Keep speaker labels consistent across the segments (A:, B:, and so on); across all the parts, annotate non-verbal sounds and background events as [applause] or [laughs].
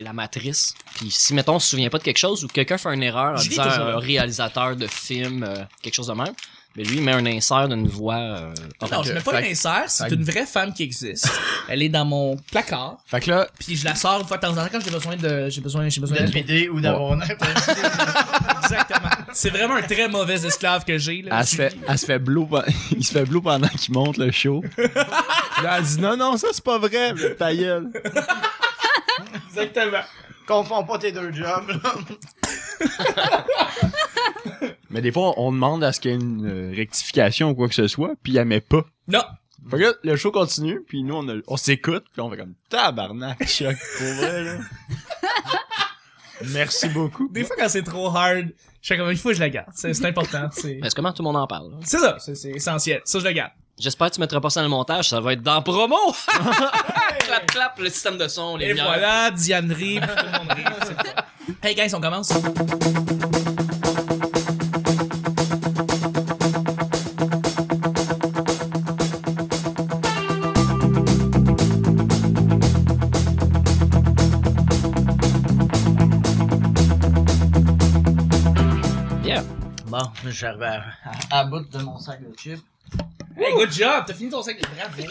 A: la matrice. Puis si, mettons, on se souvient pas de quelque chose ou quelqu'un fait une erreur en
B: Je lis
A: disant
B: tes
A: un
B: erreurs.
A: réalisateur de film, euh, quelque chose de même, mais lui, il met un insert d'une voix. euh,
B: Non, Ah, je mets pas
C: Fait-
B: une insert, c'est
C: fait-
B: une vraie femme qui existe. Elle est dans mon placard,
C: Fait que là,
B: puis je la sors une fois de temps en temps quand j'ai besoin de j'ai besoin j'ai besoin
D: De
B: de
D: l'aider ou d'avoir un [laughs]
B: Exactement. C'est vraiment un très mauvais esclave que j'ai là.
C: elle se fait, elle se fait blue, pe- [laughs] il se fait blue pendant qu'il monte le show. là, elle dit non, non, ça c'est pas vrai, mais ta gueule.
D: Exactement. Confonds pas tes deux jobs. là.
C: Mais des fois, on demande à ce qu'il y ait une euh, rectification ou quoi que ce soit, puis elle met pas.
B: Non,
C: Fait que là, le show continue, puis nous, on, a- on s'écoute, puis on fait comme tabarnak, [laughs] choc, pour vrai, là. Merci beaucoup.
B: des fois quand c'est trop hard, je fais comme il faut que je la garde. C'est c'est important,
A: [laughs]
B: c'est
A: Est-ce comment tout le monde en parle? là?
B: c'est ça, c'est- c'est essentiel. Ça je la garde.
A: J'espère que tu mettras pas ça dans le montage, ça va être dans promo! [laughs] clap, clap, le système de son, les
B: Et
A: lumières.
B: voilà, Diane rit, puis tout le monde rit. c'est le fun. Hey guys, on commence.
A: Yeah.
D: Bon, j'arrive à, à, à bout de mon sac de chips.
B: Hey, good job, t'as fini ton sac, bravo.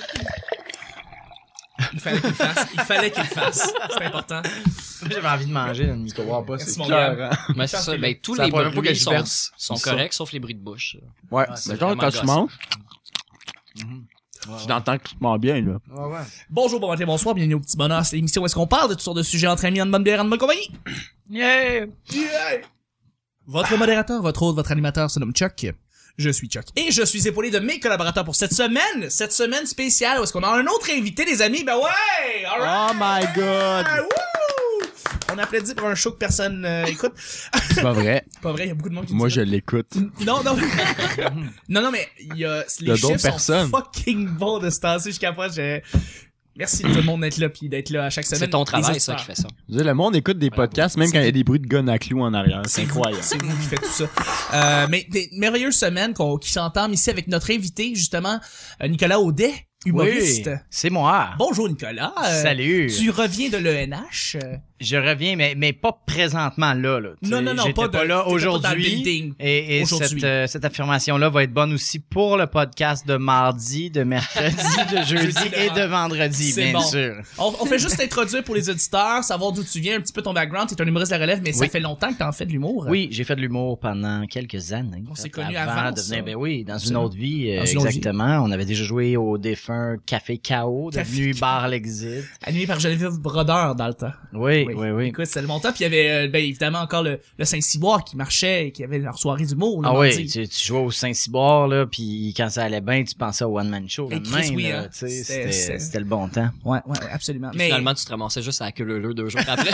B: Il fallait qu'il le fasse, il fallait qu'il le fasse. C'est important.
D: [laughs] J'avais envie de manger dans le micro.
C: comprends pas,
B: Merci,
C: c'est
B: mon
C: clair, hein.
A: Mais c'est ça, ben, tous
C: C'est la
A: les
C: première fois que
A: bruits
C: je
A: sont,
C: verse
A: sont
C: ça.
A: corrects, sauf les bruits de bouche.
C: Ouais,
A: Ah, c'est
C: mettons,
A: vraiment
C: quand tu
A: gossant. Mhm.
C: manges, tu t'entends complètement bien, là.
D: Ouais, ouais.
B: Bonjour, bon matin, bonsoir, bienvenue au petit bonheur. C'est l'émission où est-ce qu'on parle de toutes sortes de sujets entre amis, en bonne bière, en bonne compagnie.
D: Yeah!
B: Votre modérateur, votre hôte, votre animateur se nomme Chuck. Je suis Chuck. Et je suis épaulé de mes collaborateurs pour cette semaine, cette semaine spéciale où est-ce qu'on a un autre invité, les amis. Ben ouais! All right!
C: Oh my god!
B: Wouh! On applaudit pour un show que personne euh, écoute.
C: C'est pas vrai.
B: C'est pas vrai, il y a beaucoup de monde qui
C: Moi,
B: dit
C: je
B: ça.
C: l'écoute.
B: Non,
C: [laughs]
B: non. non, non, mais il y a,
C: y a
B: les
C: d'autres
B: chiffres sont
C: personnes.
B: fucking bons de ce temps-ci jusqu'à moi. j'ai- Merci de tout le monde d'être là puis d'être là à chaque semaine.
A: C'est ton
B: Les
A: travail, ça,
B: auditeurs.
A: qui fait ça.
C: Je veux dire, Le monde écoute des podcasts, même quand il y a des bruits de gun à clous en arrière. C'est
B: vous-
C: incroyable.
B: C'est vous qui faites tout ça. Euh, mais des merveilleuses semaines qu'on, qui s'entament ici avec notre invité, justement, euh, Nicolas Audet, humoriste.
D: c'est moi.
B: Bonjour, Nicolas. Euh,
D: Salut.
B: Tu reviens de l'ENH. euh,
D: Je reviens, mais, mais pas présentement là. là. Tu
B: Non,
D: sais,
B: non, non,
D: j'étais
B: pas de- t'étais pas
D: là
B: dans le building
D: aujourd'hui. Et, et
B: aujourd'hui.
D: cette, euh, cette affirmation-là va être bonne aussi pour le podcast de mardi, de mercredi,
B: [laughs]
D: de jeudi
B: Jeudi,
D: et
B: demain.
D: de vendredi,
B: C'est
D: bien
B: bon.
D: sûr.
B: on, on fait juste t'introduire pour les auditeurs, savoir d'où tu viens, un petit peu ton background. T'es un humoriste de la relève, mais ça
D: Oui.
B: fait longtemps que t'en fais de l'humour.
D: Oui, j'ai fait de l'humour pendant quelques années.
B: On
D: Fait,
B: s'est connus avant,
D: de
B: ça.
D: devenir, ben oui, dans une
B: Absolument.
D: autre vie, euh,
B: Dans une autre vie.
D: exactement. On avait déjà joué au défunt Café KO,
B: Café
D: devenu
B: K O.
D: Bar L'Exit.
B: Animé par Geneviève Brodeur dans le temps.
D: Oui,
B: Oui.
D: oui, oui.
B: Écoute, c'était le montant. Puis il y avait, euh, ben, évidemment, encore le, le Saint-Cyboire qui marchait et qui avait leur soirée d'humour. le
D: Ah
B: mardi.
D: oui, tu, tu jouais au Saint-Cyboire, là, puis quand ça allait bien, tu pensais au one-man show.
B: Et
D: Le
B: Chris,
D: même,
B: oui,
D: là,
B: hein.
D: tu sais,
B: C'était-
D: c'était
B: c'était-
D: c'était le bon temps.
B: Ouais, ouais, absolument.
A: Puis
B: [laughs]
A: Finalement, tu te ramassais juste à la queue leu deux jours après.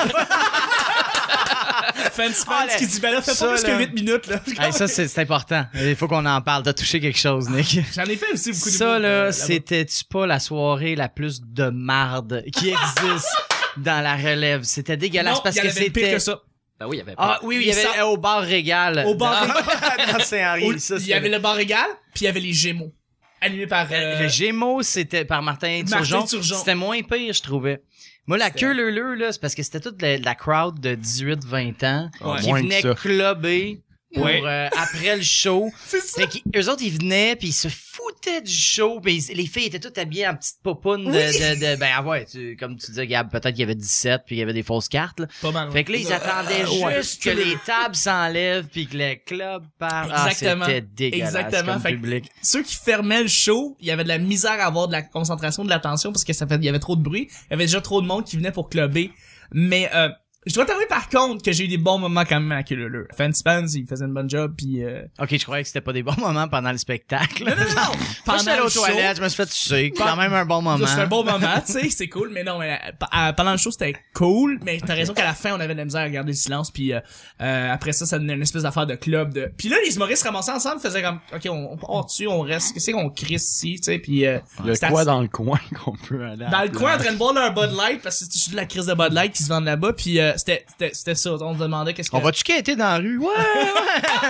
B: Fancy
D: Ah,
B: Pants qui
D: là,
B: dit, ben là, fais
D: ça,
B: pas plus que
D: là.
B: 8 minutes, là.
D: Hey, ça, c'est c'est important. Il faut qu'on en parle. T'as touché quelque chose, Nick.
B: [laughs] J'en ai fait aussi Ah, beaucoup de euh,
D: Ça, là, c'était-tu pas la soirée la plus de marde
B: [laughs]
D: qui existe dans la relève? C'était dégueulasse parce que
B: pire
D: c'était...
B: que ça.
A: ben oui, il y avait pas.
D: Ah oui, oui, il
B: Il
D: y avait
B: sort-
D: au bar régal. Ah.
B: Au bar Régal. [laughs]
D: régal.
B: Au- il y avait le bar égal, puis il y avait les Gémeaux, animés par euh,
D: Le Gémeaux, c'était par Martin
B: Martin
D: Turgeon.
B: Turgeon.
D: C'était moins pire, je trouvais. Moi, la
B: C'était-
D: queue leu là, c'est parce que c'était toute la, la crowd de 18-20 ans
B: Ouais.
D: qui
C: Moins que
D: venait
C: ça.
D: clubber pour,
B: Ouais.
D: euh, après le show.
B: [laughs] C'est ça.
D: Fait qu'ils- eux autres, ils venaient, puis ils se foutaient du show. Puis ils- les filles étaient toutes habillées en petites popounes de, de, de- Ben ah ouais, tu- comme tu disais, Gab, peut-être qu'il y avait 17, puis il y avait des fausses cartes. là.
B: Pas mal. Ah,
D: Fait que là, ils attendaient
B: Euh, ouais.
D: juste que les tables s'enlèvent, puis que le club parle.
B: Exactement.
D: Ah, c'était dégueulasse
B: Exactement.
D: comme
B: Fait que-
D: public.
B: Ceux qui fermaient le show, il y avait de la misère à avoir de la concentration, de l'attention parce que ça fait il y avait trop de bruit, il y avait déjà trop de monde qui venait pour clubber. Mais euh, je dois t'avouer par contre que j'ai eu des bons moments quand même à Kululu. Fancy Pants, il faisait une bonne job puis
D: [laughs]
B: euh,
D: Ok, je croyais que c'était pas des bons [laughs] moments pendant le spectacle.
B: Non non non. non.
D: Moi, j'étais allé
B: le
D: aux
B: show,
D: toilettes, je me suis fait sucer. Quand même un bon moment.
B: C'est un bon moment, tu sais, c'est cool, mais non, mais, euh, pa- euh, pendant le show, c'était cool, mais t'as raison qu'à la fin, on avait de la misère à garder le silence, puis euh, euh, après ça, ça donnait une espèce d'affaire de club. De... Puis là, les humoristes ramassaient ensemble, faisaient comme, OK, on, on part dessus, on reste, qu'est-ce qu'on crie ici, tu sais, puis... euh,
C: Il y a
B: c'était
C: quoi
B: assez-
C: dans le coin [laughs] qu'on peut aller
B: dans le coin, en train de boire leur Bud Light, parce que c'est juste de la crise de Bud Light qui se vendent là-bas, puis euh, euh, c'était, c'était, c'était ça. On se demandait qu'est-ce que.
D: On va-tu quêter dans la rue?
B: [laughs]
D: Ouais, ouais.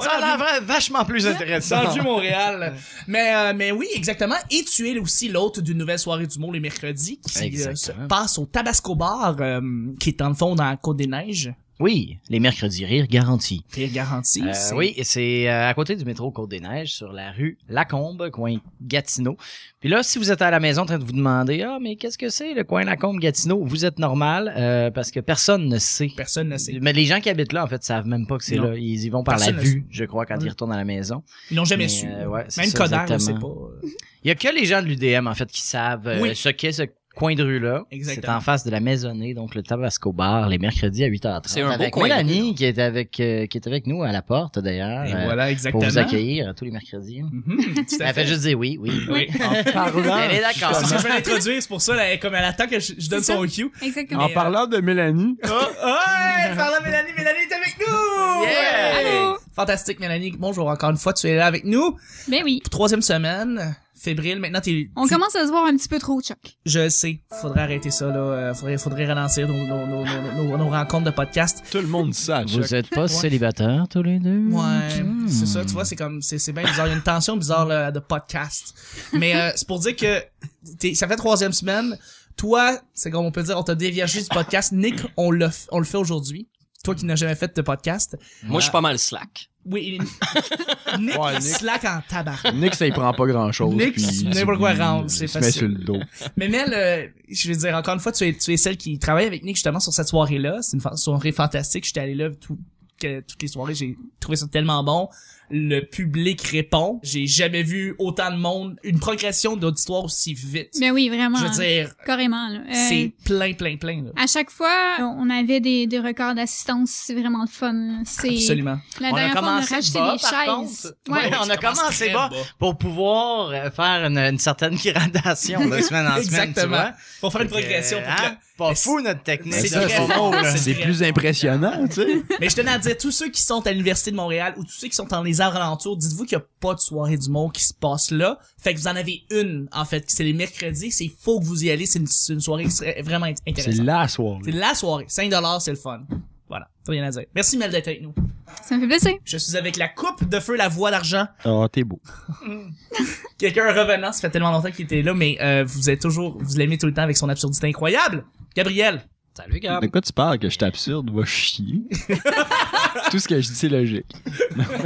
D: ça a l'air vra- vachement plus intéressant. [laughs]
B: Dans le Montréal. mais, euh, mais oui, exactement. Et tu es aussi l'hôte d'une nouvelle soirée du mot les mercredis qui euh, se
D: Exactement.
B: passe au Tabasco Bar, euh, qui est en fond dans la Côte des Neiges.
D: Oui, les mercredis rires garantis.
B: T'es garanti.
D: Euh,
B: c'est-
D: oui, et c'est euh, à côté du métro Côte-des-Neiges, sur la rue Lacombe, coin Gatineau. Puis là, si vous êtes à la maison en train de vous demander « Ah, mais qu'est-ce que c'est le coin Lacombe-Gatineau? » Vous êtes normal euh, parce que personne ne sait.
B: Personne ne sait.
D: Mais les gens qui habitent là, en fait, savent même pas que c'est
B: Non.
D: là. Ils y vont par
B: Personne
D: la
B: ne
D: vue, je crois, quand
B: Oui.
D: ils retournent à la maison.
B: Ils l'ont jamais
D: Mais,
B: su.
D: euh, ouais, c'est
B: Même
D: ça,
B: Coder, on sait
D: exactement.
B: pas. euh,
D: Il y a que les gens de l'UDM, en fait, qui savent euh,
B: Oui.
D: ce qu'est ce coin de rue-là. C'est
B: Exactement.
D: en face de la maisonnée, donc le Tabasco Bar, les mercredis à 8h30.
A: C'est un beau
D: avec
A: coin de
D: Mélanie, qui est avec, euh, qui est avec nous à la porte, d'ailleurs.
B: Et
D: euh,
B: voilà,
D: pour
B: exactement.
D: vous accueillir euh, tous les mercredis.
B: Mhm, tout à
D: Elle fait
B: fait.
D: juste dire oui, oui.
B: Oui.
C: En parlant,
D: Elle est d'accord.
B: Parce que je vais l'introduire, c'est pour ça, là, comme elle attend que je, je donne
E: C'est
B: son cue.
E: Exactement.
C: en parlant de Mélanie,
B: Oh, ouais, par là, Mélanie, Mélanie est avec nous!
D: Yeah!
E: Allô?
B: Fantastique, Mélanie. Bonjour encore une fois, tu es là avec nous.
E: Ben oui.
B: Troisième semaine, fébrile, maintenant t'es...
E: On
B: tu-
E: commence à se voir un petit peu trop, Chuck.
B: Je le sais, faudrait arrêter ça, là. Euh, Faudrait, faudrait ralentir nos, nos, nos, nos, nos- nos rencontres de podcast.
C: tout le monde dit ça. à Chuck.
D: Vous êtes pas célibataires tous les deux?
B: Ouais,
D: Hmm.
B: c'est ça, tu vois, c'est comme, c'est, c'est bien bizarre. Il y a une tension bizarre, là, de podcast. Mais, euh, c'est pour dire que, t'es, ça fait troisième semaine. Toi, c'est comme on peut dire, on t'a déviagé du podcast. Nick, on le, f- on le fait aujourd'hui. Toi qui n'as jamais fait de podcast.
A: Moi, je suis pas mal slack.
B: Oui, [laughs] il- Nick,
C: Ouais,
B: il
C: Nick.
B: slack en tabac.
C: Nick, ça y prend pas grand chose.
B: Nick, n'importe quoi rentre, c'est
C: Mais
B: facile.
C: sur le dos.
B: Mais Mel, euh, je veux dire, encore une fois, tu es, tu es celle qui travaille avec Nick justement sur cette soirée-là. C'est une fa- soirée fantastique. J'étais allé là tout, que- toutes les soirées. J'ai trouvé ça tellement bon. Le public répond. J'ai jamais vu autant de monde, une progression d'auditoire aussi vite.
E: Ben oui, vraiment.
B: je veux dire,
E: Carrément, là. Euh,
B: c'est plein, plein, plein. Là.
E: À chaque fois, on avait des, des records d'assistance. C'est vraiment le fun. C'est
B: Absolument.
E: la
D: On a
E: dernière fois, on a
D: commencé
E: racheté
D: bas,
E: des
D: par
E: chaises.
D: contre. Ouais, on a
B: commence
D: commencé
B: très
D: bas
B: bas.
D: pour pouvoir euh, faire une, une certaine gradation de semaine en semaine, tu
B: Exactement.
D: vois.
B: Pour faire une progression.
D: Euh,
B: pour que-
D: hein? Pas fou notre technique.
B: C'est
D: ça,
B: très
D: son
B: fort.
D: nom, là.
B: C'est
C: C'est
B: très
C: plus
B: bon.
C: impressionnant, tu sais.
B: Mais je tenais à dire, tous ceux qui sont à l'Université de Montréal ou tous ceux qui sont dans les arbres alentours, dites-vous qu'il n'y a pas de soirée du monde qui se passe là. Fait que vous en avez une, en fait. C'est les mercredis, c'est faut que vous y allez. C'est une, c'est une soirée qui serait vraiment int-
C: C'est
B: intéressante.
C: la soirée.
B: C'est la soirée. 5 c'est le fun. Voilà. T'as rien à dire. Merci Mel d'être avec nous.
E: Ça me fait plaisir.
B: Je suis avec la coupe de feu, la voix d'argent.
C: Ah, t'es beau.
B: Quelqu'un revenant, ça fait tellement longtemps qu'il était là, mais euh, vous êtes toujours, vous l'aimez tout le temps avec son absurdité incroyable. Gabriel.
A: Salut,
B: Ah.
A: Gab.
C: De quoi tu parles que je t'absurde,
B: [laughs]
C: va chier? Tout ce que je dis, c'est logique.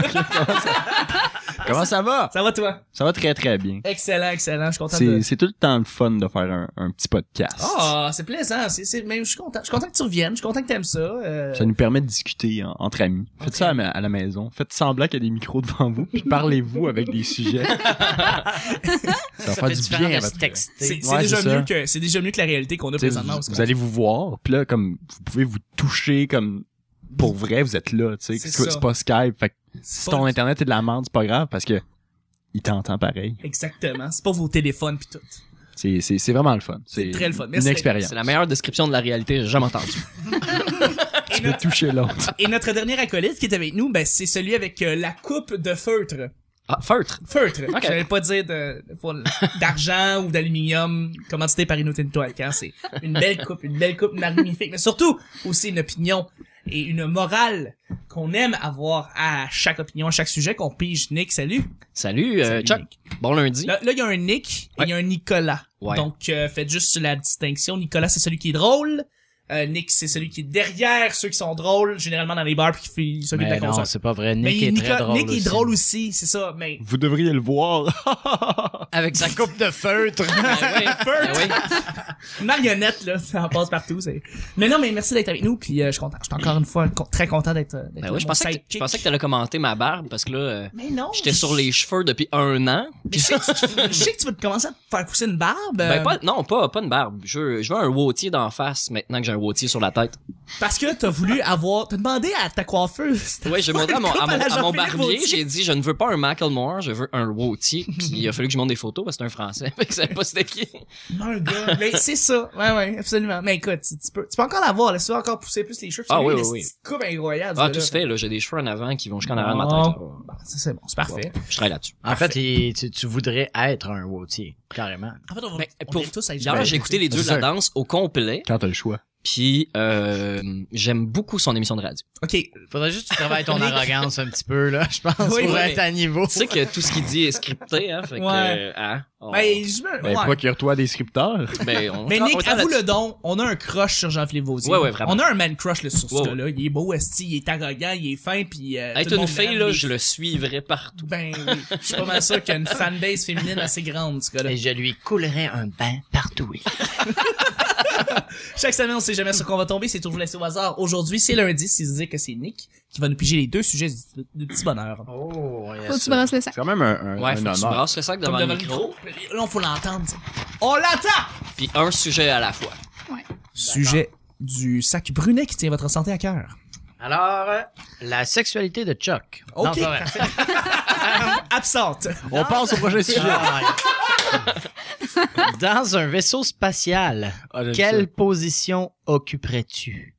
C: comment, ça... comment ça va?
B: Ça va toi?
C: Ça va très très bien.
B: Excellent, excellent. Je suis content de...
C: C'est c'est tout le temps le fun de faire un, un petit podcast.
B: Ah, c'est plaisant. C'est, c'est... Mais je suis content. Je suis content que tu reviennes. Je suis content que t'aimes ça. Euh...
C: Ça nous permet de discuter en- entre amis. Faites
B: Ok.
C: ça à, ma- à la maison. Faites semblant qu'il y a des micros devant vous, puis parlez-vous avec
B: [laughs]
C: des sujets. ça va faire
D: fait
C: du
D: différent
C: bien à
D: de se
C: votre
D: texter.
B: C'est c'est
C: Ouais,
B: déjà
C: c'est ça.
B: mieux que c'est déjà mieux que la réalité qu'on a
C: T'sais,
B: présentement.
C: vous,
B: au
C: vous allez vous voir, puis là, comme vous pouvez vous toucher, comme pour vrai, vous êtes là, tu sais.
B: C'est
C: C'est
B: ça.
C: c'est pas Skype. Fait que si
B: Pas-
C: ton internet est de la merde, c'est pas grave parce que il t'entend pareil.
B: Exactement. C'est pas vos téléphones puis tout.
C: C'est- C'est c'est vraiment le fun.
B: C'est
C: C'est
B: très le fun.
C: une
B: Merci.
C: expérience.
A: C'est la meilleure description de la réalité que j'ai jamais entendue.
C: Tu peux toucher l'autre.
B: Et notre dernier acolyte qui est avec nous, ben c'est celui avec euh, la coupe de feutre.
A: Ah, feutre.
B: Feutre.
A: Ok.
B: J'allais pas dire de- pour- d'argent ou d'aluminium commandité par Inutinto Alcan. C'est une belle coupe, une belle coupe magnifique, mais surtout aussi une opinion et une morale qu'on aime avoir à chaque opinion, à chaque sujet qu'on pige. Nick, salut.
A: Salut, euh,
B: Salut,
A: Chuck.
B: Nick.
A: Bon lundi.
B: Là, là, il y a un Nick et il y a un Nicolas.
A: Ouais.
B: Donc, euh, faites juste la distinction. Nicolas, c'est celui qui est drôle. Euh, Nick, c'est celui qui est derrière ceux qui sont drôles, généralement dans les bars, puis qui fait celui de la
D: Mais non,
B: console.
D: c'est pas vrai.
B: Mais
D: Nick est
B: Nico-
D: très drôle
B: Nick
D: aussi.
B: est drôle aussi, c'est ça. Mais
C: [laughs] Vous devriez le voir.
D: Avec sa coupe de feutre.
A: [laughs] Ben oui, ben oui.
B: une marionnette, là, ça en passe partout. c'est- Mais non, mais merci d'être avec nous, puis euh, je suis content. Je suis encore une fois con- très content d'être euh, d'être
A: Ben
B: là,
A: oui, je
B: mon
A: pensais que t- je
B: sidekick.
A: pensais que t'allais commenter ma barbe parce que là, euh,
B: Mais non.
A: j'étais sur les cheveux depuis un an.
B: Mais je sais que tu, te- je sais que tu vas te commencer à te faire pousser une barbe.
A: Ben
B: euh,
A: pas, non, pas, pas une barbe. Je, je veux un wotier d'en face maintenant que j'ai un wotier sur la tête.
B: Parce que t'as voulu avoir... T'as demandé à ta coiffeuse.
A: Oui, j'ai montré à mon, à mon-
B: Comme à la
A: à mon
B: Jean-Philippe
A: barbier,
B: Wautier.
A: j'ai dit je ne veux pas un Macklemore, je veux un [laughs] Wautier. Puis il a fallu que je monte des photos parce que c'est un Français. [laughs] Fait que je savais pas c'était qui.
B: Non, le gars. Mais c'est ça. Ouais, ouais, absolument. Mais écoute, tu, tu peux, tu peux encore l'avoir, là. Tu peux encore pousser plus les cheveux.
A: Ah
B: Parce
A: oui,
B: que lui,
A: oui,
B: il a cette Coupe incroyable.
A: Ah,
B: ce
A: tout
B: gars-là.
A: se fait, là. J'ai des cheveux en avant qui vont jusqu'en
B: Ah,
A: arrière de ma tête. là.
B: Bon, ça, c'est bon, c'est parfait.
A: Je travaille là-dessus.
D: En fait, il- tu, tu voudrais être un Wotier, carrément.
B: En fait, on va,
A: Ben,
B: on
A: pour-
B: est tous à
A: Hier, j'ai écouté les dieux de la danse au complet.
C: Quand t'as le choix.
A: Puis euh, j'aime beaucoup son émission de radio.
B: OK.
D: Faudrait juste que tu travailles ton arrogance un petit peu, là, je pense,
A: Oui,
D: pour
A: oui,
D: être
A: mais-
D: à niveau.
A: Tu sais que tout ce qu'il dit est scripté, hein? Fait que,
B: Ouais.
A: euh, hein, on-
B: Ben, je me-
C: Ben,
B: ouais.
C: procure-toi des scripteurs.
A: ben,
B: [laughs]
A: on-
B: Mais
A: on- on-
B: Nick, avoue le don, on a un crush sur Jean-Philippe Vaudier.
A: Ouais, ouais, vraiment.
B: On a un man crush là, sur ce
A: Ouais,
B: gars-là. Il est beau, esti, il est arrogant, il est fin, puis... euh, tout
A: Être
B: le
A: une
B: monde
A: fille,
B: l'aime,
A: là,
B: mais-
A: je le suivrais partout.
B: Ben oui, je suis pas mal sûr qu'il y a une fanbase féminine assez grande, ce gars-là.
D: Et je lui coulerais un bain partout.
B: Chaque semaine, on sait jamais sur quoi on va tomber, c'est toujours laissé au hasard. Aujourd'hui, c'est lundi, si vous que c'est Nick qui va nous piger les deux sujets du, du petit bonheur.
D: Oh,
E: Faut que tu brasses le sac.
C: C'est quand même un, un,
A: Ouais,
C: un
A: faut que tu
C: honneur.
A: brasses le sac devant le micro,
B: Là, on faut l'entendre. ça. On l'entend!
A: puis un sujet à la fois.
B: Sujet du sac brunet qui tient votre santé à cœur.
D: Alors, euh, la sexualité de Chuck.
B: Ok.
D: Non, c'est pas vrai. [laughs]
B: Absente.
C: On passe au prochain sujet.
D: Dans un vaisseau spatial,
C: Ah, j'aime
D: quelle position occuperais-tu?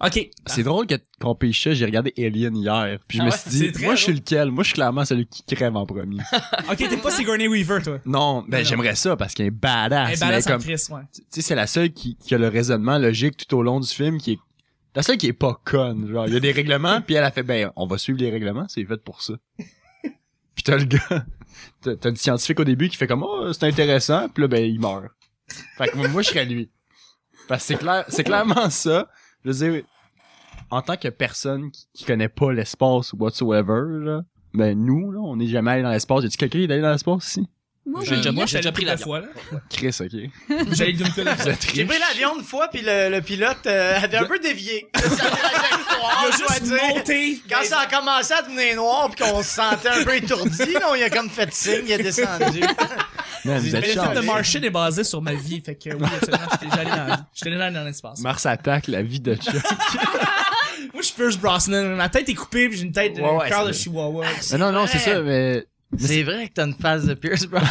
B: Ok.
C: ça. C'est drôle que- qu'on pêche ça, j'ai regardé Alien hier, puis je
B: Ah
C: me
B: ouais,
C: suis
B: c'est
C: dit,
B: très
C: moi je suis lequel? Moi je suis clairement celui qui crève en premier.
B: Ok, t'es pas Sigourney Weaver, toi.
C: non, ben
B: Non.
C: j'aimerais ça parce qu'il est
A: Ah,
B: Eh
C: badass.
B: ben là,
C: mais
B: c'est
C: comme,
B: Chris, ouais.
C: tu sais, c'est la seule qui, qui a le raisonnement logique tout au long du film qui est la seule qui est pas conne, genre il y a des règlements puis elle a fait ben on va suivre les règlements, c'est fait pour ça. puis t'as le gars, t'as t'as le scientifique au début qui fait comme oh c'est intéressant puis là ben il meurt. Fait que moi, moi, je serais lui. Parce que c'est clair, c'est clairement ça. Je veux dire, en tant que personne qui, qui connaît pas l'espace whatsoever, là, ben nous là, on n'est jamais allé dans l'espace. Y a-tu quelqu'un qui est allé dans l'espace ici?
E: Moi,
A: J'ai
E: oui.
A: déjà- moi,
B: j'allais
A: pris
B: deux
A: l'avion.
B: fois, là.
C: Chris, ok.
B: J'allais le double
A: [laughs]
C: Vous êtes riche.
D: l'avion une fois, puis le, pilote euh, avait un peu [laughs] dévié.
B: Il a Ah, juste monté.
D: Quand ça a commencé à devenir noir puis qu'on se sentait un peu étourdi, là, on y a comme fait signe, il est descendu.
C: Man, vous
D: Mais
B: Mais
C: êtes
B: le film de
C: chanceux.
B: Martian est basé sur ma vie, fait que oui, absolument, j'étais déjà allé dans la vie. J'étais déjà allé dans l'espace.
C: Mars attaque la
B: [laughs]
C: vie de Chuck.
B: Moi, je suis Pierce Brosnan. Ma tête est coupée, puis j'ai une tête de
D: Ouais, ouais,
B: cœur de
D: c'est
B: chihuahua.
C: Mais non, non, c'est ça, mais.
D: [laughs] C'est vrai que t'as une face de Pierce Brosnan.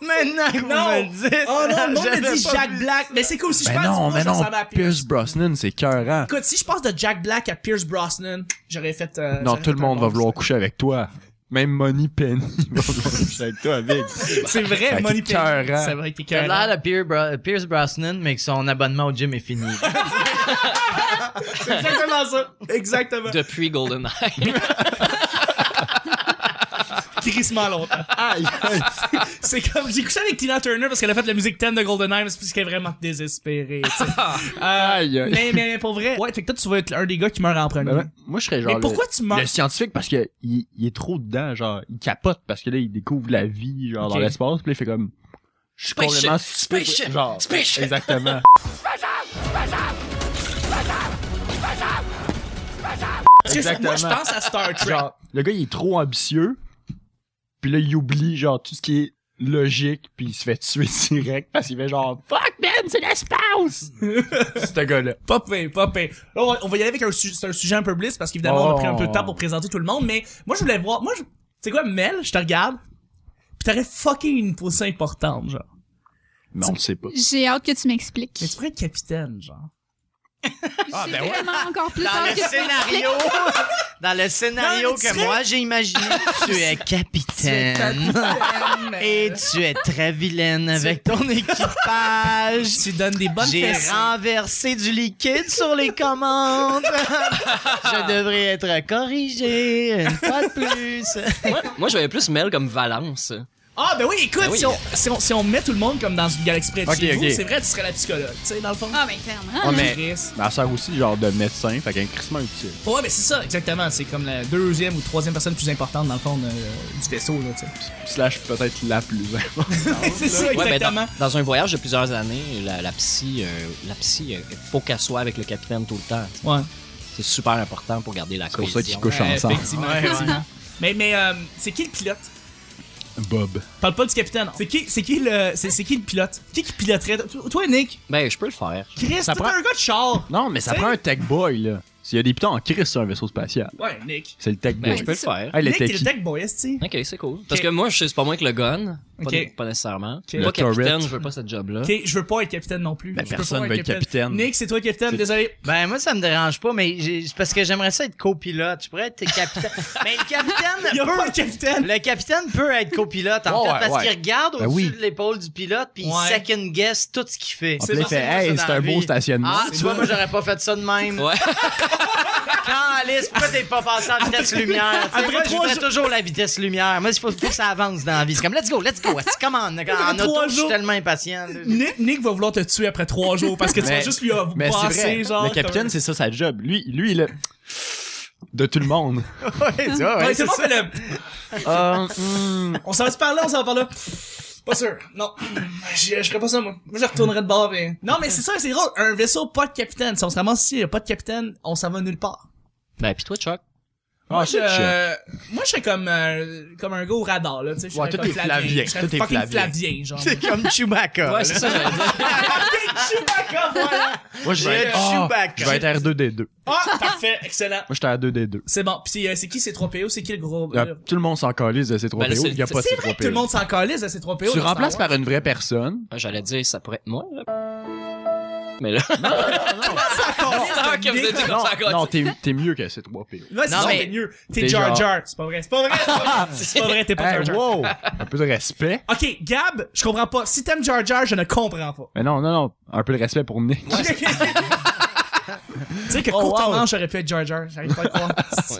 D: Maintenant que vous
B: Non.
D: me le dites.
B: Oh non, le monde
D: j'avais
B: me dit
D: pas
B: Jack
D: vu
B: Black. Mais c'est cool, si je
C: Ben
B: parle
C: non,
B: du
C: mais
B: proche,
C: non,
B: ça va à Pierce.
C: Pierce Brosnan, c'est cœurant.
B: Écoute, si je passe de Jack Black à Pierce Brosnan, j'aurais fait... euh,
C: Non,
B: j'aurais
C: tout le
B: fait un
C: monde va
B: bon
C: vouloir coucher avec toi. Même Money Penny [laughs] va vouloir coucher avec toi, avec.
B: C'est vrai,
C: Fait
B: Money
C: que
B: Penny.
C: écœurant.
B: C'est vrai que t'es
D: T'as
B: cœur.
D: l'air de Pierce Bro- Pierce Brosnan, mais que son abonnement au gym est fini.
B: C'est exactement ça. Exactement.
A: Depuis
B: [laughs]
A: GoldenEye.
B: Crissement longtemps.
C: Aïe, aïe.
B: C'est comme, j'ai couché avec Tina Turner parce qu'elle a fait la musique thème de GoldenEye, mais c'est parce qu'elle est vraiment désespérée,
C: [laughs]
B: tu sais. Euh,
C: Aïe, aïe.
B: mais, mais, mais pour vrai. Ouais, fait que toi, tu vas être un des gars qui meurt en premier.
C: Ben, ben, moi, je serais genre.
B: mais pourquoi tu
C: le,
B: meurs?
C: le scientifique, parce que il, il est trop dedans, genre, il capote, parce que là, il découvre la vie, genre,
B: Ok.
C: dans l'espace, puis là, il fait comme. Je suis
A: Spaceship,
C: complètement stupide,
A: spaceship,
C: genre,
A: spaceship.
C: Exactement.
B: Parce que
C: Exactement.
B: Moi, je pense à Star Trek.
C: genre, le gars, il est trop ambitieux, puis là, il oublie, genre, tout ce qui est logique, puis il se fait tuer [laughs] direct, parce qu'il fait genre, fuck, man, c'est l'espace! C'est ce gars-là.
B: Pas pire, pas pire. Là, on- on va y aller avec un, su- c'est un sujet un peu blitz parce qu'évidemment, on a pris un peu de temps pour présenter tout le monde, mais moi, je voulais voir. Moi, je... tu sais quoi, Mel, je te regarde, pis t'aurais fucking une position importante, genre.
C: Mais on le sait pas.
E: J'ai hâte que tu m'expliques.
B: Mais tu pourrais être capitaine, genre.
C: Ah,
E: J'ai
C: ben ouais.
E: vraiment encore plus
D: Dans
E: hâte
D: le
E: que tu m'expliques.
D: scénario, [laughs] dans le scénario
B: Non, mais tu
D: que
B: serais-
D: moi j'ai imaginé, [laughs] tu es capitaine.
B: [laughs]
D: Et tu es très vilaine avec [laughs] ton équipage.
B: tu donnes des bonnes
D: J'ai
B: fesses.
D: renversé du liquide sur les commandes. [laughs] Je devrais être corrigé une fois de plus.
A: moi, moi, je voyais plus Mel comme Valence.
B: Ah, ben oui, écoute,
A: Ben oui.
B: Si, on, si, on, si on met tout le monde comme dans une galaxie près de
C: Ok,
B: chez vous,
C: ok.
B: c'est vrai, tu serais la psychologue, tu sais, dans le fond.
E: Ah, ben, clairement.
C: Ah, mais
B: Chris.
C: ma soeur aussi, genre, de médecin, fait qu'un crissement utile.
B: Ouais, mais c'est ça, exactement. C'est comme la deuxième ou troisième personne plus importante, dans le fond, de- du vaisseau, là, tu sais. [laughs]
C: Slash peut-être la plus [laughs] importante.
B: c'est ça,
A: Ouais, ben,
B: exactement.
A: dans, dans un voyage de plusieurs années, la, la psy, euh, la psy, euh, faut qu'elle soit avec le capitaine tout le temps.
B: Ouais.
A: C'est super important pour garder la
C: C'est pour
A: cohésion.
C: ça qu'ils couchent
B: Ouais,
C: ensemble.
B: Effectivement,
D: Ouais,
B: effectivement. Mais, mais euh, c'est qui le pilote?
C: Bob.
B: Parle pas du capitaine. C'est qui, c'est qui le, c'est, c'est qui le pilote? Qui qui piloterait? Toi, toi, Nick,
A: Ben, je peux le faire.
B: Chris,
C: Ça
B: t'es
C: prend-
B: un gars de char.
C: Non, mais ça
B: T'sais-
C: prend un tech boy, là. S'il y a des pitons en crise sur un vaisseau spatial,
B: Ouais, Nick.
C: c'est le tech
A: Ben,
C: boy.
A: je peux le faire.
C: Hey, les
B: Nick, t'es le
C: techies.
B: tech boy, tu
A: Ok, c'est cool. Parce que moi, je sais pas moins que le gun, Pas,
B: Ok.
A: pas nécessairement.
B: Ok.
A: Pas
C: Le
A: capitaine,
C: turret.
A: je veux pas cette job-là.
B: Ok, je veux pas être capitaine non plus.
C: Hein? Ben,
B: Je peux
C: personne
B: pas
C: veut être capitaine.
B: Nick, c'est toi capitaine,
C: C'est-
B: désolé.
C: [laughs]
D: Ben, moi, ça me dérange pas, mais j'ai- c'est parce que j'aimerais ça être copilote. Je pourrais être capitaine. mais le capitaine
B: Il y a
D: peut-
B: pas de capitaine.
D: Le capitaine peut être copilote, en
C: Ouais,
D: fait, parce
C: ouais.
D: qu'il regarde
C: Ben
D: au-dessus
C: oui.
D: de l'épaule du pilote, puis
B: Ouais.
D: il second-guess tout ce qu'il fait.
C: On
B: C'est
C: peut
B: parce
C: fait,
D: que moi, c'est
C: hey,
D: dans
C: c'est
D: la
C: un
D: vie.
C: beau stationnement.
D: Ah, tu vois, moi, j'aurais pas fait ça de même.
B: [laughs]
A: Ouais.
D: Quand, Alice, pourquoi t'es pas passé à la vitesse lumière? Tu sais,
B: Après
D: moi, je
B: trois
D: voudrais
B: jours-
D: toujours la vitesse lumière. Moi, il faut, faut que ça avance dans la vie. C'est comme, let's go, let's go. C'est comme en, en
B: Après trois
D: auto, je suis
B: jours-
D: tellement impatient. là.
B: Nick, Nick va vouloir te tuer après trois jours parce que tu vas
C: Mais-
B: juste lui euh, vous
C: Mais c'est
B: passer,
C: vrai,
B: genre.
C: le capitaine,
B: comme-
C: c'est ça sa job. Lui, lui, il a... De tout le monde.
D: Ouais, tu vois, ouais,
B: Ouais,
D: c'est
B: c'est bon,
D: ça.
B: fais le-
C: Euh, hmm,
B: On s'en va par là, on s'en va par là. Pas sûr. Non. Je, je ferais pas ça, moi. Moi, je retournerais de bord, mais... Non, mais c'est ça, c'est drôle. Un vaisseau, pas de capitaine. Si on se ramasse ici, y a pas de capitaine, on s'en va nulle part.
A: Ben, pis toi, Chuck.
B: Moi,
C: Ah,
B: je,
C: c'est chill.
B: moi, je serais comme, euh, comme un gars au radar, là, tu sais. je
C: Ouais,
B: serais
C: toi,
B: comme
C: t'es Flavien.
B: Je serais
C: Toi, t'es
B: fucking
C: Flavien.
B: Flavien,
C: [laughs]
B: genre.
D: [laughs] C'est comme Chewbacca.
A: Ouais, c'est ça, j'allais dire.
B: Chewbacca,
C: [laughs]
B: voilà.
C: Moi, je vais
D: Le
C: être, Ah,
D: Chewbacca.
C: je vais être R2D2. Moi,
B: Ah, parfait, excellent.
C: j'étais R2D2.
B: C'est bon. Puis euh, c'est qui ces 3PO? C'est qui le gros...
C: Là,
B: euh,
C: Tout le monde s'en calise de ces trois
A: Ben là,
C: PO.
A: c'est-
C: Il n'y a pas de
B: C'est
C: Ah, ces
B: vrai
C: trois
B: que tout le
C: PO.
B: monde s'en calisse à ces 3PO. dans
C: Tu
B: Star
C: remplaces
B: Wars.
C: par une vraie personne.
B: [laughs]
A: Ouais, J'allais dire, ça pourrait être moi, là. Mais là, [laughs]
B: S'en
A: que vous
B: calisse,
A: êtes
B: Nick.
A: comme ça, quoi.
C: Non, t'es t'es mieux que ces trois PO.
B: Ouais, c'est
D: Non,
B: ça,
D: mais-
B: t'es mieux. T'es
C: T'es
B: Jar
C: genre- Ah,
B: Jar. C'est pas vrai. C'est pas vrai. c'est pas vrai. C'est pas vrai, t'es pas Jar
C: Hey,
B: Jar. [laughs]
C: wow! Un peu de respect.
B: Ok, Gab, je comprends pas. Si t'aimes Jar Jar, je ne comprends pas.
C: Mais non, non, non. Un peu de respect pour Nick.
B: tu [laughs] sais que
C: Oh,
B: court
C: wow.
B: j'aurais pu être Jar Jar. J'arrive pas à le
C: [laughs]
B: croire. C'est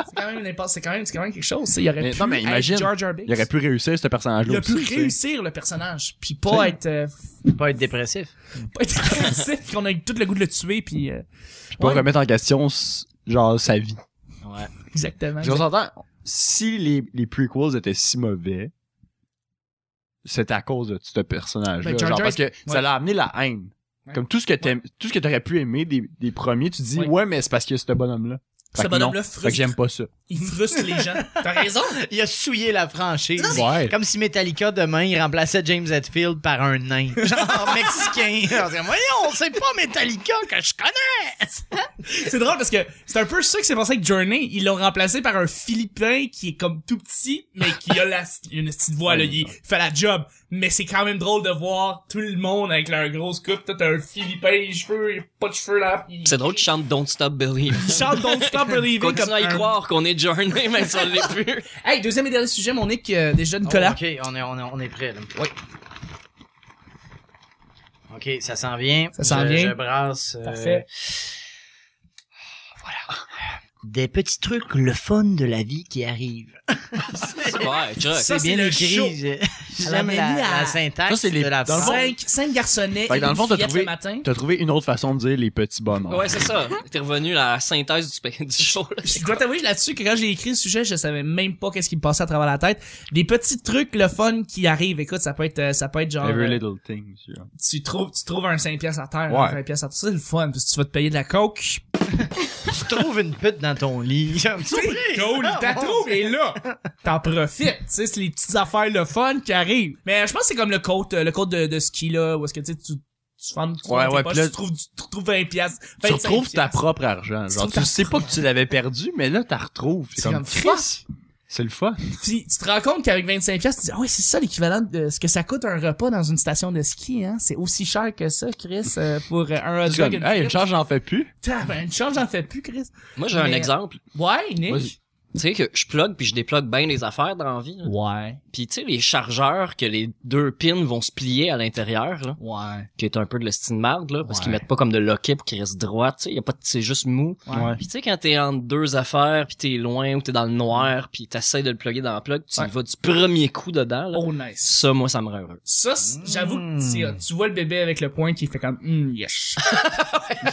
B: c'est quand même une impasse. C'est quand même, c'est quand même quelque chose. tu sais. Il aurait
C: Mais
B: pu
C: non, mais imagine,
B: être Jar Jar Binks.
C: Il aurait pu réussir ce personnage-là.
B: Il a pu
C: aussi, tu sais.
B: réussir le personnage, puis
C: Tu
B: pas
C: sais.
B: être, euh, [laughs]
D: Pas être dépressif.
B: pas être agressif, qu'on ait tout le goût de le tuer, puis euh,
C: Pas
B: Ouais.
C: remettre en question, s- genre, sa vie.
D: Ouais.
B: exactement.
C: Puis on s'entend, si les, les prequels étaient si mauvais, c'était à cause de ce personnage-là.
B: Ben, Jar
C: genre,
B: Jar,
C: parce que ça l'a amené la haine.
B: Ouais.
C: Comme tout ce que t'aimes, tout ce que t'aurais pu aimer des, des premiers, tu dis,
B: Ouais.
C: ouais, mais c'est parce que ce bonhomme-là. Fait
B: Ce
C: que
B: bonhomme-là
C: non. Fait que
B: frustre,
C: j'aime pas ça.
B: il frustre les
C: [laughs]
B: gens. T'as [laughs] raison.
D: Il a souillé la franchise.
C: Ouais.
D: Comme si Metallica, demain, il remplaçait James Hetfield par un nain. Genre
B: [laughs]
D: mexicain. On dirait, Voyons, c'est pas Metallica que je connais!
B: C'est drôle parce que c'est un peu ça qui s'est passé avec Journey. Ils l'ont remplacé par un Philippin qui est comme tout petit, mais qui a la, une petite voix, là. Il fait la job. Mais c'est quand même drôle de voir tout le monde avec leur grosse coupe. Toi, t'as un Philippin, les cheveux, il a pas de cheveux là. Il
A: c'est drôle, tu chantes Don't Stop
B: [laughs]
A: Believe.
B: chante Don't Stop Believing.
A: Continue
B: comme
A: à y
B: un-
A: croire qu'on est [laughs] Journey, même si on l'est
B: [laughs]
A: plus.
B: Hey, deuxième et dernier sujet, mon Nick, euh, déjà, Nicolas.
D: ok, on est, on est, on est prêt, là. Oui. Ok, ça s'en vient.
B: Ça s'en
D: Je-
B: vient.
D: Je brasse. euh,
B: Parfait.
D: Des petits trucs, le fun de la vie qui arrive.
A: Oh, Ouais, Chuck.
B: Ça,
D: C'est
B: c'est
D: bien
B: le show.
D: écrit. j'ai-
B: Elle a
D: J'aime
B: mis
D: la,
B: à-
D: la syntaxe
C: Ça, c'est les-
D: de la
C: dans le fond-
D: phrase.
B: Cinq, cinq garçonnets.
C: Fait que dans
B: et
C: le fond,
B: une
C: t'as
B: fillette
C: trouvé-
B: le matin.
C: T'as trouvé une autre façon de dire les petits bonhommes.
A: Ouais, c'est ça. T'es revenu à la synthèse du, pa- du show. là.
B: Je dois t'avouer là-dessus que quand j'ai écrit le sujet, je savais même pas qu'est-ce qui me passait à travers la tête. Des petits trucs le fun qui arrivent. Écoute, ça peut être euh, ça peut être genre
C: Every
B: euh,
C: little thing. genre.
B: tu trouves tu trouves un 5 pièces à terre,
C: Ouais.
B: un 20 pièces à terre. Ça, C'est le fun parce que tu vas te payer de la coke.
D: Tu trouves une pute dans ton lit.
B: [laughs]
D: Ah,
B: C'est cool, le tatou est là. T'en profites, tu sais, c'est les petites affaires le fun qui arrivent. Mais je pense que c'est comme le coat euh, le coat de, de ski là où est-ce que tu sais, tu tu fends tu,
C: Ouais,
B: dans tes
C: ouais,
B: poches,
C: puis là,
B: tu trouves du- tu trouves 20 pièces.
C: Tu
B: 25
C: retrouves ta
B: piastres.
C: propre argent.
B: Tu
C: Genre,
B: trouves ta
C: tu sais pas que tu l'avais perdu, mais là, t'as retrouves. C'est
B: C'est comme
C: comme,
B: Chris.
C: c'est le fun.
B: Puis tu te rends compte qu'avec 25 pièces, tu dis ah ouais, c'est ça l'équivalent de ce que ça coûte un repas dans une station de ski hein, c'est aussi cher que ça Chris euh, pour euh, un hot
C: C'est
B: dog.
C: comme,
B: une
C: hey,
B: frite.
C: une charge, j'en fais plus.
B: Putain, ben, une chance, j'en fais plus Chris.
A: Moi, j'ai un
B: Mais-
A: exemple.
B: Ouais,
C: Vas-y.
B: Nick.
A: Tu sais que je plug puis je déplugue bien les affaires dans la vie. là.
B: Ouais,
A: Puis tu sais, les chargeurs que les deux pins vont se plier à l'intérieur, là,
B: ouais.
A: qui est un peu de l'estime marde, là, parce
B: Ouais.
A: qu'ils mettent pas comme de loquet pour qu'ils restent droits, tu sais, y a pas de- c'est juste mou.
B: Ouais.
A: Puis tu sais, quand t'es entre deux affaires, puis t'es loin ou t'es dans le noir, puis t'essayes de le plugger dans la plug, tu
B: Ouais.
A: y vas du premier coup dedans, là.
B: Oh nice.
A: Ça, moi, ça me rend heureux.
B: Ça, c- j'avoue que c'est hot. tu vois le bébé avec le point qui fait comme Hum,
C: [laughs]
B: yes. [laughs]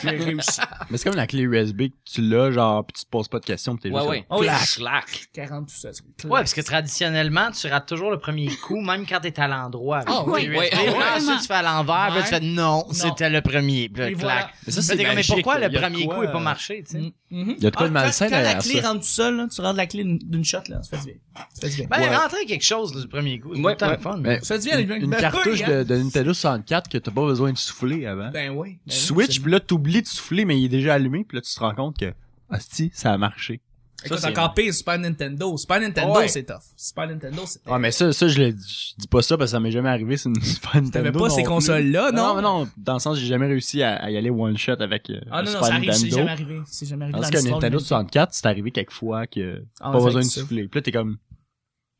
B: J'ai réussi.
C: Mais c'est comme la clé USB que tu l'as, genre, pis tu te poses pas de questions, pis t'es
A: Ouais,
C: juste
A: ouais.
B: Oh, oui.
A: Clac, clac.
B: 40 tout ça.
D: Ouais, parce que traditionnellement, tu rates toujours le premier coup, [laughs] même quand t'es à l'endroit.
B: Ah,
D: Puis
E: oui,
D: le
A: oui,
D: USB,
A: oui,
D: là,
E: vraiment.
D: ensuite, tu fais à l'envers, puis là, tu
B: Ouais.
D: fais non, c'était le premier.
C: euh,
D: Puis là,
B: Et
D: clac.
B: voilà.
C: Mais ça,
D: Puis
C: c'est
D: t'es comme, mais
C: magique,
D: pourquoi
C: là.
D: le
C: Y a de
D: premier
C: quoi,
D: coup n'a pas
C: euh,
D: marché, tu sais?
B: Mhm, mhm.
C: Il y a de quoi de
B: Ah, quand-
C: malsain
B: quand, la
C: derrière
B: clé
C: ça.
B: rentre tout seul, là, tu rentres la clé d'une- d'une shot, là, ça fait du bien. Ça fait du bien.
D: Ben,
C: Ouais.
D: rentrer quelque chose du premier coup, c'est
A: Ouais,
D: tout le temps
A: ouais.
D: le fun.
C: Mais
B: Ça fait du bien, les
C: une,
B: mecs.
C: [laughs] une
B: Ben,
C: cartouche
B: oui,
C: de,
B: hein.
C: de Nintendo 64 que t'as pas besoin de souffler avant.
B: Ben oui. ben
C: tu
B: oui,
C: switches, pis là, t'oublies de souffler, mais il est déjà allumé, pis là, tu te rends compte que, hostie, ça a marché.
B: Écoute,
A: c'est
B: encore pire, Super Nintendo. Super Nintendo,
C: Ouais.
B: c'est tough. Super Nintendo, c'est tough.
C: Ouais, Ah, mais ça, ça je, le, je dis pas ça parce que ça m'est jamais arrivé, c'est une [laughs] Super Nintendo.
B: T'avais pas
C: non
B: ces
C: plus.
B: consoles-là, non?
C: Non, mais non, dans le sens, j'ai jamais réussi à, à y aller one shot avec euh,
B: Ah
C: le
B: non, non,
C: Super
B: ça arrive, c'est
C: Nintendo.
B: jamais arrivé. C'est jamais arrivé dans
C: Parce que
B: l'histoire de
C: Nintendo
B: l'humanité.
C: 64, c'est arrivé quelques fois que
B: Ah,
C: pas
B: ouais,
C: besoin de
B: fait que Mhm.
C: souffler. Puis là, t'es comme,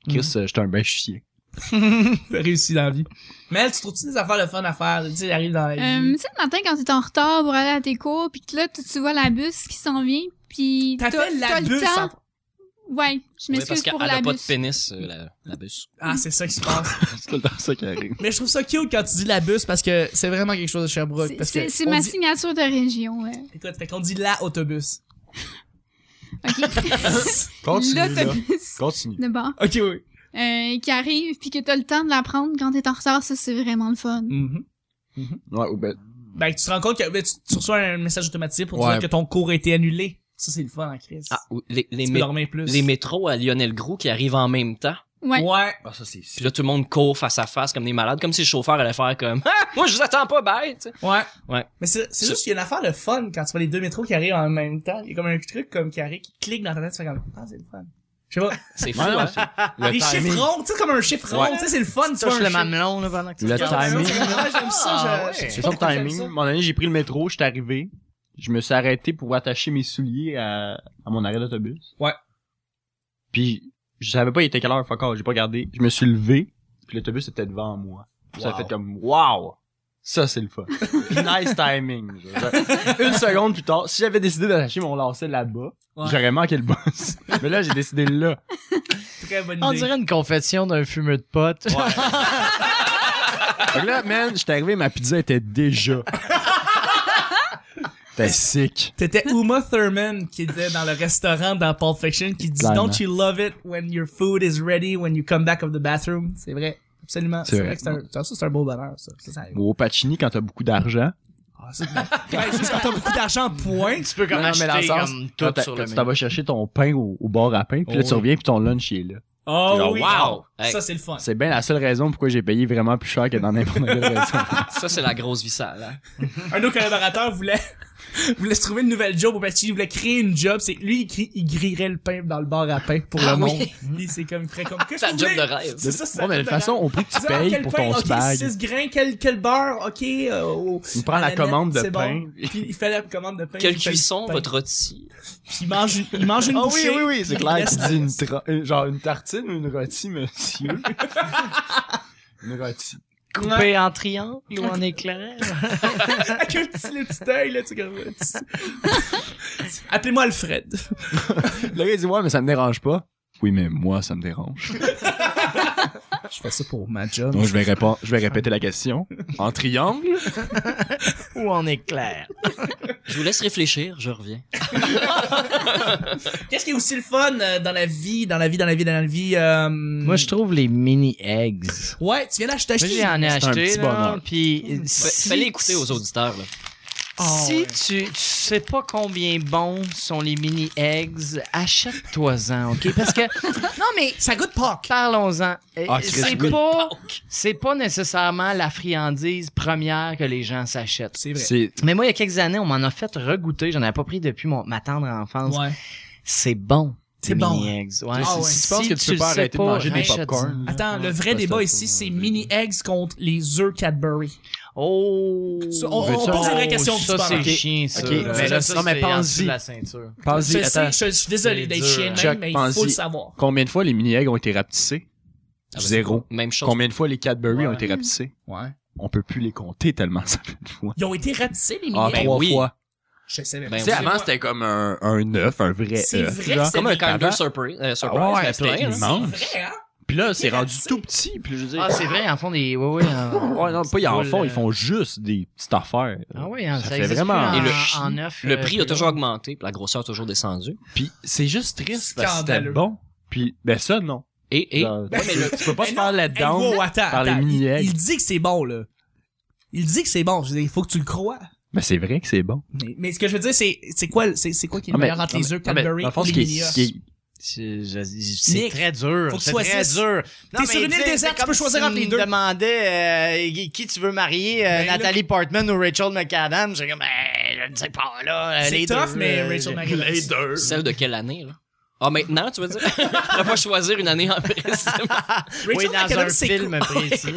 C: Chris, euh, j'étais un ben chier.
B: ça, [laughs] t'as réussi dans la vie. Mais elle, tu trouves-tu des affaires le fun à faire? Tu sais, elle arrive dans la vie.
E: Euh, tu sais, le matin, quand t'es en retard pour aller à tes cours, puis que là, tu, tu vois la bus qui s'en vient, puis t'as
B: T'appelles la
E: t'as le
B: bus
E: temps.
B: en-
E: Ouais, je
A: Oui, parce
E: m'excuse
A: qu'elle
E: pour
A: a pas
E: la
A: de
E: bus.
A: pénis, euh, la, la bus.
B: Ah, c'est ça qui se passe.
C: c'est tout le temps ça qui arrive.
B: Mais je trouve ça cute quand tu dis la bus parce que c'est vraiment quelque chose de Sherbrooke.
E: C'est-
B: parce
E: C'est
B: que
E: c'est
B: on
E: ma
B: dit-
E: signature de région. ouais.
B: Écoute, fait qu'on dit la autobus.
E: OK.
C: Continue, là.
E: L'autobus
C: Continue.
E: de bord
B: Ok, oui.
E: euh, qui arrive, puis que t'as le temps de la prendre quand t'es en retard, ça, c'est vraiment le fun.
C: Ouais, ou ben,
B: Mhm. Ben, tu te rends compte que ben, tu, tu reçois un message automatique pour
C: Ouais.
B: dire que ton cours a été annulé. Ça, c'est le fun en crise.
A: Ah, ou les, les,
B: tu
A: mé-
B: peux dormir plus.
A: les métros à Lionel Gros qui arrivent en même temps.
E: Ouais.
B: Ouais.
C: ah, ça, c'est
A: Puis là, tout le monde court face à face comme des malades, comme si le chauffeur allait faire comme Ah, moi, je vous attends pas, bye! tu sais.
B: Ouais.
A: Ouais.
B: Mais c'est c'est
A: Ça-
B: juste qu'il y a une affaire de fun quand tu vois les deux métros qui arrivent en même temps. Il y a comme un truc comme qui arrive, qui clique dans ta tête, tu fais comme Ah, c'est le fun. Je sais pas.
A: C'est fou,
C: Ouais,
A: hein?
C: ouais, c'est-
B: Ah,
C: [laughs] le
B: les
C: timing.
B: chiffres ronds, tu sais, comme un chiffre rond,
C: Ouais.
B: tu sais, c'est le fun. tu vois,
D: Touche
B: un
D: le
B: chiffre-
D: mamelon, là, pendant que tu
C: Le
D: regardes.
C: timing.
B: Ouais, j'aime ça.
D: Ah,
B: je-
D: ouais.
B: je sais
C: C'est
B: pas
C: son
B: pourquoi j'aime
C: timing. À un moment donné, j'ai pris le métro, je suis arrivé. Je me suis arrêté pour attacher mes souliers à, à mon arrêt d'autobus.
B: Ouais.
C: Puis, je savais pas il était quelle heure, fuck off, j'ai pas regardé. Je me suis levé, puis l'autobus était devant moi. Ça a
D: Wow.
C: fait comme, wow! Ça, c'est le
B: [laughs]
C: fun. nice timing. genre. Une seconde plus tard, si j'avais décidé d'attacher mon lacet là-bas,
B: Ouais.
C: j'aurais manqué le bus. [laughs] Mais là, j'ai décidé là.
B: ça. Très bonne idée.
D: On dirait une confession d'un fumeux de potes.
C: Fait que là, man, j'étais arrivé, ma pizza était [laughs] déjà. T'es sick.
B: C'était Uma Thurman qui disait dans le restaurant dans Pulp Fiction qui dit
C: Clairement.
B: Don't you love it when your food is ready when you come back of the bathroom? C'est vrai. Absolument.
C: C'est
B: C'est vrai.
C: vrai.
B: que c'est un, ça, c'est un beau bonheur, ça. Ça, ça arrive.
C: Au Pacini, quand t'as beaucoup d'argent,
B: Ah, c'est
C: [laughs]
B: ouais, juste quand t'as beaucoup d'argent, point.
D: [laughs] Tu peux comme
C: Non, non, mais dans le
D: acheter
C: sens,
D: comme
C: quand
D: tout
C: t'as-
D: sur
C: quand
D: le
C: tu
D: menu.
C: t'en vas chercher ton pain au, au bar à pain, puis là,
B: Oh
C: tu
B: oui.
C: reviens, puis ton lunch il est là.
B: Oh
A: Genre,
B: oui.
A: wow.
B: Ça, c'est le fun.
C: C'est bien la seule raison pourquoi j'ai payé vraiment plus cher que dans n'importe quel [laughs] restaurant.
A: Ça, c'est la grosse vie sale. hein.
B: Un de nos collaborateurs voulait, [laughs] voulait se trouver une nouvelle job au pâtissier, il voulait créer une job. C'est, lui, il, crie- il grillerait le pain dans le bar à pain pour
A: Ah
B: le
A: oui.
B: monde.
A: [laughs]
B: Il, c'est comme, il ferait comme, qu'est-ce
A: C'est
B: que
A: la
B: vous
A: job de
B: voulez?
A: rêve.
B: C'est ça, c'est la
C: Ouais, mais
B: job
C: de toute
B: de
C: façon, au prix que tu
B: Ah,
C: payes
B: quel
C: pour
B: pain,
C: ton
B: ok,
C: spag,
B: 6 grains, quel, quel beurre, ok. euh,
A: [laughs]
B: au-
C: il prend la
B: ananas,
C: commande de
B: c'est bon.
C: pain.
B: Puis il fait la commande de pain.
A: Quelle
B: il fait
A: cuisson,
B: le pain.
A: votre rôti?
B: Puis il mange, une-
A: [laughs]
B: il mange une
C: Ah oui,
B: bouchée.
C: oui, oui, [laughs] c'est
B: puis
C: clair.
B: il
C: Tu
B: laisse-
C: dis une tra- une- genre une tartine ou une rôtie, monsieur? [laughs] une rôtie.
D: Coupé en triangle ou en éclair.
B: [laughs] Avec un petit, le petit œil, là, tu sais, comme- le petit- [laughs] Appelez-moi Alfred.
C: Le gars il dit, ouais, mais ça me dérange pas. Oui, mais moi, ça me dérange.
B: Je fais ça pour ma job.
C: Donc, je vais, répondre, je vais répéter la question. [laughs] En triangle?
D: ou en éclair.
A: Je vous laisse réfléchir, je reviens.
B: Qu'est-ce qui est aussi le fun euh, dans la vie, dans la vie, dans la vie, dans la vie? euh,
D: Moi, je trouve les mini eggs.
B: Ouais, tu viens d'acheter.
D: Moi,
B: acheter-
D: j'en ai
C: C'est un
D: acheté,
C: petit
D: là,
C: bonheur.
D: puis... euh,
A: Fa-
D: si-
A: Fallait écouter aux auditeurs. Là.
B: Ah,
D: Si
B: ouais.
D: tu, tu sais pas combien bons sont les mini eggs, achète-toi-en, OK? Parce
B: [laughs]
D: que
B: Non, mais ça goûte Pâques.
D: parlons-en. Euh,
C: Ah, Chris,
D: c'est
C: oui.
D: pas c'est pas nécessairement la friandise première que les gens s'achètent.
B: C'est vrai.
C: C'est
D: Mais moi il y a quelques années, on m'en a fait regoûter, j'en avais pas pris depuis mon, ma tendre enfance.
B: Ouais.
D: C'est bon.
B: C'est
D: les
B: bon,
D: mini eggs. Ouais.
B: Ah ouais.
D: Si
C: Si tu penses que tu peux
D: le
C: pas
D: sais
C: arrêter de
D: pas,
C: manger des
D: achète-en.
C: popcorn.
B: Attends, le vrai
C: Ouais,
B: débat
C: ça,
B: ici,
C: ça,
B: c'est
C: ouais.
B: mini eggs contre les œufs Cadbury.
D: Oh!
B: Ça, on- on pose la vraie question du
D: Ça, c'est
B: supermarché.
D: chien, ça.
C: Ok,
D: là.
C: mais là,
D: Ça,
C: non, mais
D: c'est
C: pense-y.
D: en dessous de la ceinture.
B: Je,
C: Pense-y,
B: sais,
C: attends.
B: je, je suis désolé
D: C'est
B: d'être
D: dur,
B: chien,
D: hein.
B: même,
C: Chuck,
B: mais il faut
C: pense-y.
B: le savoir.
C: Combien de fois les mini-eggs ont été rapetissés?
A: Ah, ben,
C: Zéro.
A: c'est Même chose.
C: Combien de fois les Cadbury ont
D: Ouais.
C: été rapetissés?
B: Ouais.
C: On peut plus les compter tellement ça fait de fois.
B: Ils ont été ratissés, les mini
C: Ah,
B: eggs.
C: trois
A: oui.
C: fois.
B: Je sais même
A: Ben
B: pas.
C: Tu sais,
A: oui.
C: avant, c'était comme un, un œuf, un vrai
B: C'est
C: œuf.
B: vrai
C: genre.
B: que c'est
A: Comme un kind
C: Avant-
A: of surprise. euh, surprise,
C: Ah ouais,
A: mais
C: c'était
A: plein, là.
C: immense.
B: C'est vrai, hein?
C: Puis là, c'est rendu tout petit. Puis je veux dire...
D: Ah, c'est vrai, ils en font des. Ouais, ouais. en-
C: Ouais, non, pas ils en
D: Cool,
C: font,
D: euh.
C: ils font juste des petites affaires.
D: Ah oui, hein,
C: Ça
D: ça,
C: fait
D: existe
C: vraiment-
D: plus
A: Et
D: en,
A: le
D: en,
A: chi-
D: neuf,
A: Le
D: euh,
A: prix a
D: plus
A: toujours
D: long.
A: augmenté, puis la grosseur a toujours descendu.
C: Puis c'est juste triste parce que c'était
B: Scandaleux.
C: bon. Puis ben ça, non.
A: Et, et
C: Genre,
A: Ouais, mais le-
C: tu peux pas
B: Mais
C: te
B: non,
C: faire
B: Hey, wow,
C: là-dedans.
B: attends,
C: par les
B: attends,
C: mini
B: il,
C: eggs.
B: il dit que c'est bon, là. Il dit que c'est bon. Je veux dire, il faut que tu le crois.
C: Mais c'est vrai que c'est bon.
B: Mais, mais ce que je veux dire, c'est, c'est quoi, c'est, c'est quoi qui est
C: Ah,
B: le
C: mais-
B: meilleur entre
C: non,
B: les
C: mais-
B: œufs
C: non, mais
B: Cadbury
C: dans le fond,
B: et les
C: ce qui est-
B: mini
C: ce qui est-
D: C'est je- c'est
B: Nick,
D: très dur.
B: faut que tu
D: C'est très
B: choisisses.
D: dur. Non,
B: T'es
D: mais
B: sur une
D: tu sais,
B: île déserte,
D: c'est
B: tu peux
D: comme
B: choisir
D: si
B: entre les
D: tu
B: deux.
D: me demandais euh, qui- qui tu veux marier, euh,
B: Ben là-
D: Nathalie Portman ou Rachel McAdams. J'ai comme, ben, je ne sais pas, là. euh,
B: C'est
D: les
B: tough,
D: deux,
B: mais
D: euh,
B: Rachel
D: j'ai-
B: McAdams.
C: deux.
A: celle de quelle année, là? Ah, maintenant, tu veux dire? Je pourrais pas choisir une année en précisément.
B: Rachel
D: [laughs] Oui, dans
B: McAdams,
D: un
B: c'est
D: film
B: cool.
D: précis.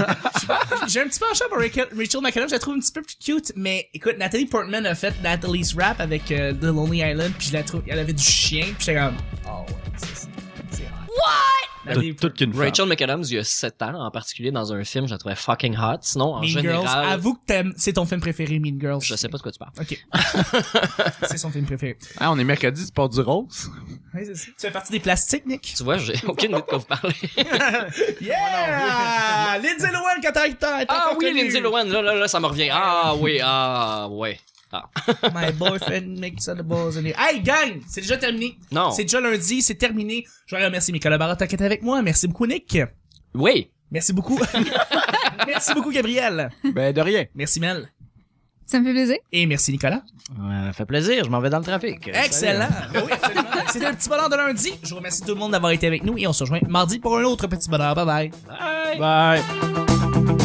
B: J'ai un petit penchant pour Rachel, Rachel McAdams, je la trouve un petit peu plus cute, mais écoute, Nathalie Portman a fait Natalie's Rap avec euh, The Lonely Island, puis je la trouve, elle avait du chien, puis j'étais comme, oh ouais, ça, c'est c'est hot. What? Nathalie
C: Toute qu'une femme.
A: Rachel McAdams, il y a 7 ans, en particulier dans un film, je la trouvais fucking hot. Sinon, en
B: Mean
A: général,
B: Girls, avoue que t'aimes- c'est ton film préféré, Mean Girls.
A: je sais pas de quoi tu parles. [laughs]
B: Ok. c'est son film préféré.
C: Ah, on est mercredi, tu portes du rose. [laughs]
B: Oui, c'est ça. Tu fais partie des plastiques, Nick?
A: Tu vois, j'ai aucune idée de quoi vous parlez.
B: Yeah! [laughs] Lindsay Lohan, quand t'as- t'as t'as
A: Ah
B: encore
A: oui,
B: connue.
A: Lindsay Lohan, là, là, là, ça me revient. Ah oui, ah ouais. Ah.
B: My boyfriend makes all the balls in the- Hey, gang! C'est déjà terminé.
A: Non.
B: C'est déjà lundi, c'est terminé. Je voudrais remercier mes collaborateurs qui étaient avec moi. Merci beaucoup, Nick.
A: Oui.
B: Merci beaucoup. [laughs] merci beaucoup, Gabriel.
C: Ben, de rien.
B: Merci, Mel.
E: Ça me fait plaisir.
B: Et merci, Nicolas.
D: Ouais, ça fait plaisir, je m'en vais dans le trafic.
B: Excellent. Ben, [laughs] Oui, absolument. C'était le petit bonheur de lundi. Je vous remercie tout le monde d'avoir été avec nous et on se rejoint mardi pour un autre petit bonheur. Bye bye.
A: Bye.
D: Bye.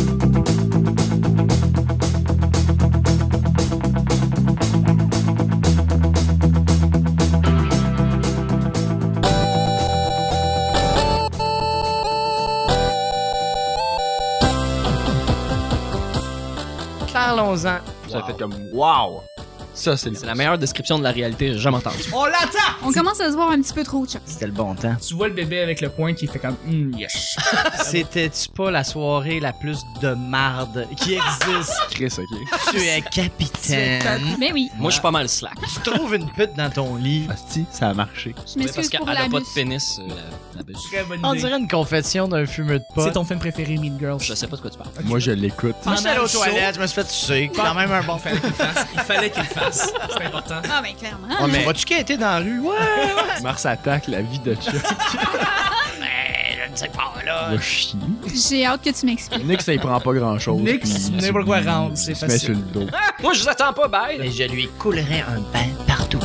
D: Parlons-en.
C: Ça fait comme, wow! Ça, c'est
A: C'est la meilleure description de la réalité que j'ai jamais entendue.
B: On l'attend!
E: On commence à se voir un petit peu trop, Chuck.
D: C'était le bon temps.
B: Tu vois le bébé avec le poing qui fait comme Hmm, yes.
D: [laughs]
B: [laughs]
D: C'était-tu pas la soirée la plus de marde qui existe?
C: Chris, ok.
D: [laughs] tu es capitaine.
E: Ben oui,
A: Moi, je suis pas mal slack.
D: tu trouves une pute dans ton lit.
C: Asti, ça a marché.
E: je
A: Mais parce
E: m'excuse
A: qu'elle
E: pour
A: a
E: la
A: pas de
E: bus.
A: pénis, euh, la, la bus.
B: Très bonne
D: On
B: idée.
D: dirait une confession d'un fumeux de
B: C'est
D: pot.
B: ton film préféré, Mean Girls.
A: Je sais pas de quoi tu parles.
C: Moi, je l'écoute.
D: Moi, j'étais allé aux
B: Pendant le
D: toilettes, je me suis fait sucer. Quand même un bon fait.
B: Il fallait qu'il le fasse. C'est important.
E: Ah ben clairement.
D: On mais... vas-tu quitter dans la rue? [laughs] Ouais!
C: [laughs] Mars attaque la vie de Chuck.
D: Mais je ne sais pas, là.
C: Le chien.
E: J'ai hâte que tu m'expliques.
C: Nick, ça y prend pas grand chose.
B: Nick, n'importe quoi rentre, c'est
C: Mais
B: facile.
C: sur le dos.
A: Moi, je vous attends pas, bye.
D: Mais je lui coulerai un bain partout.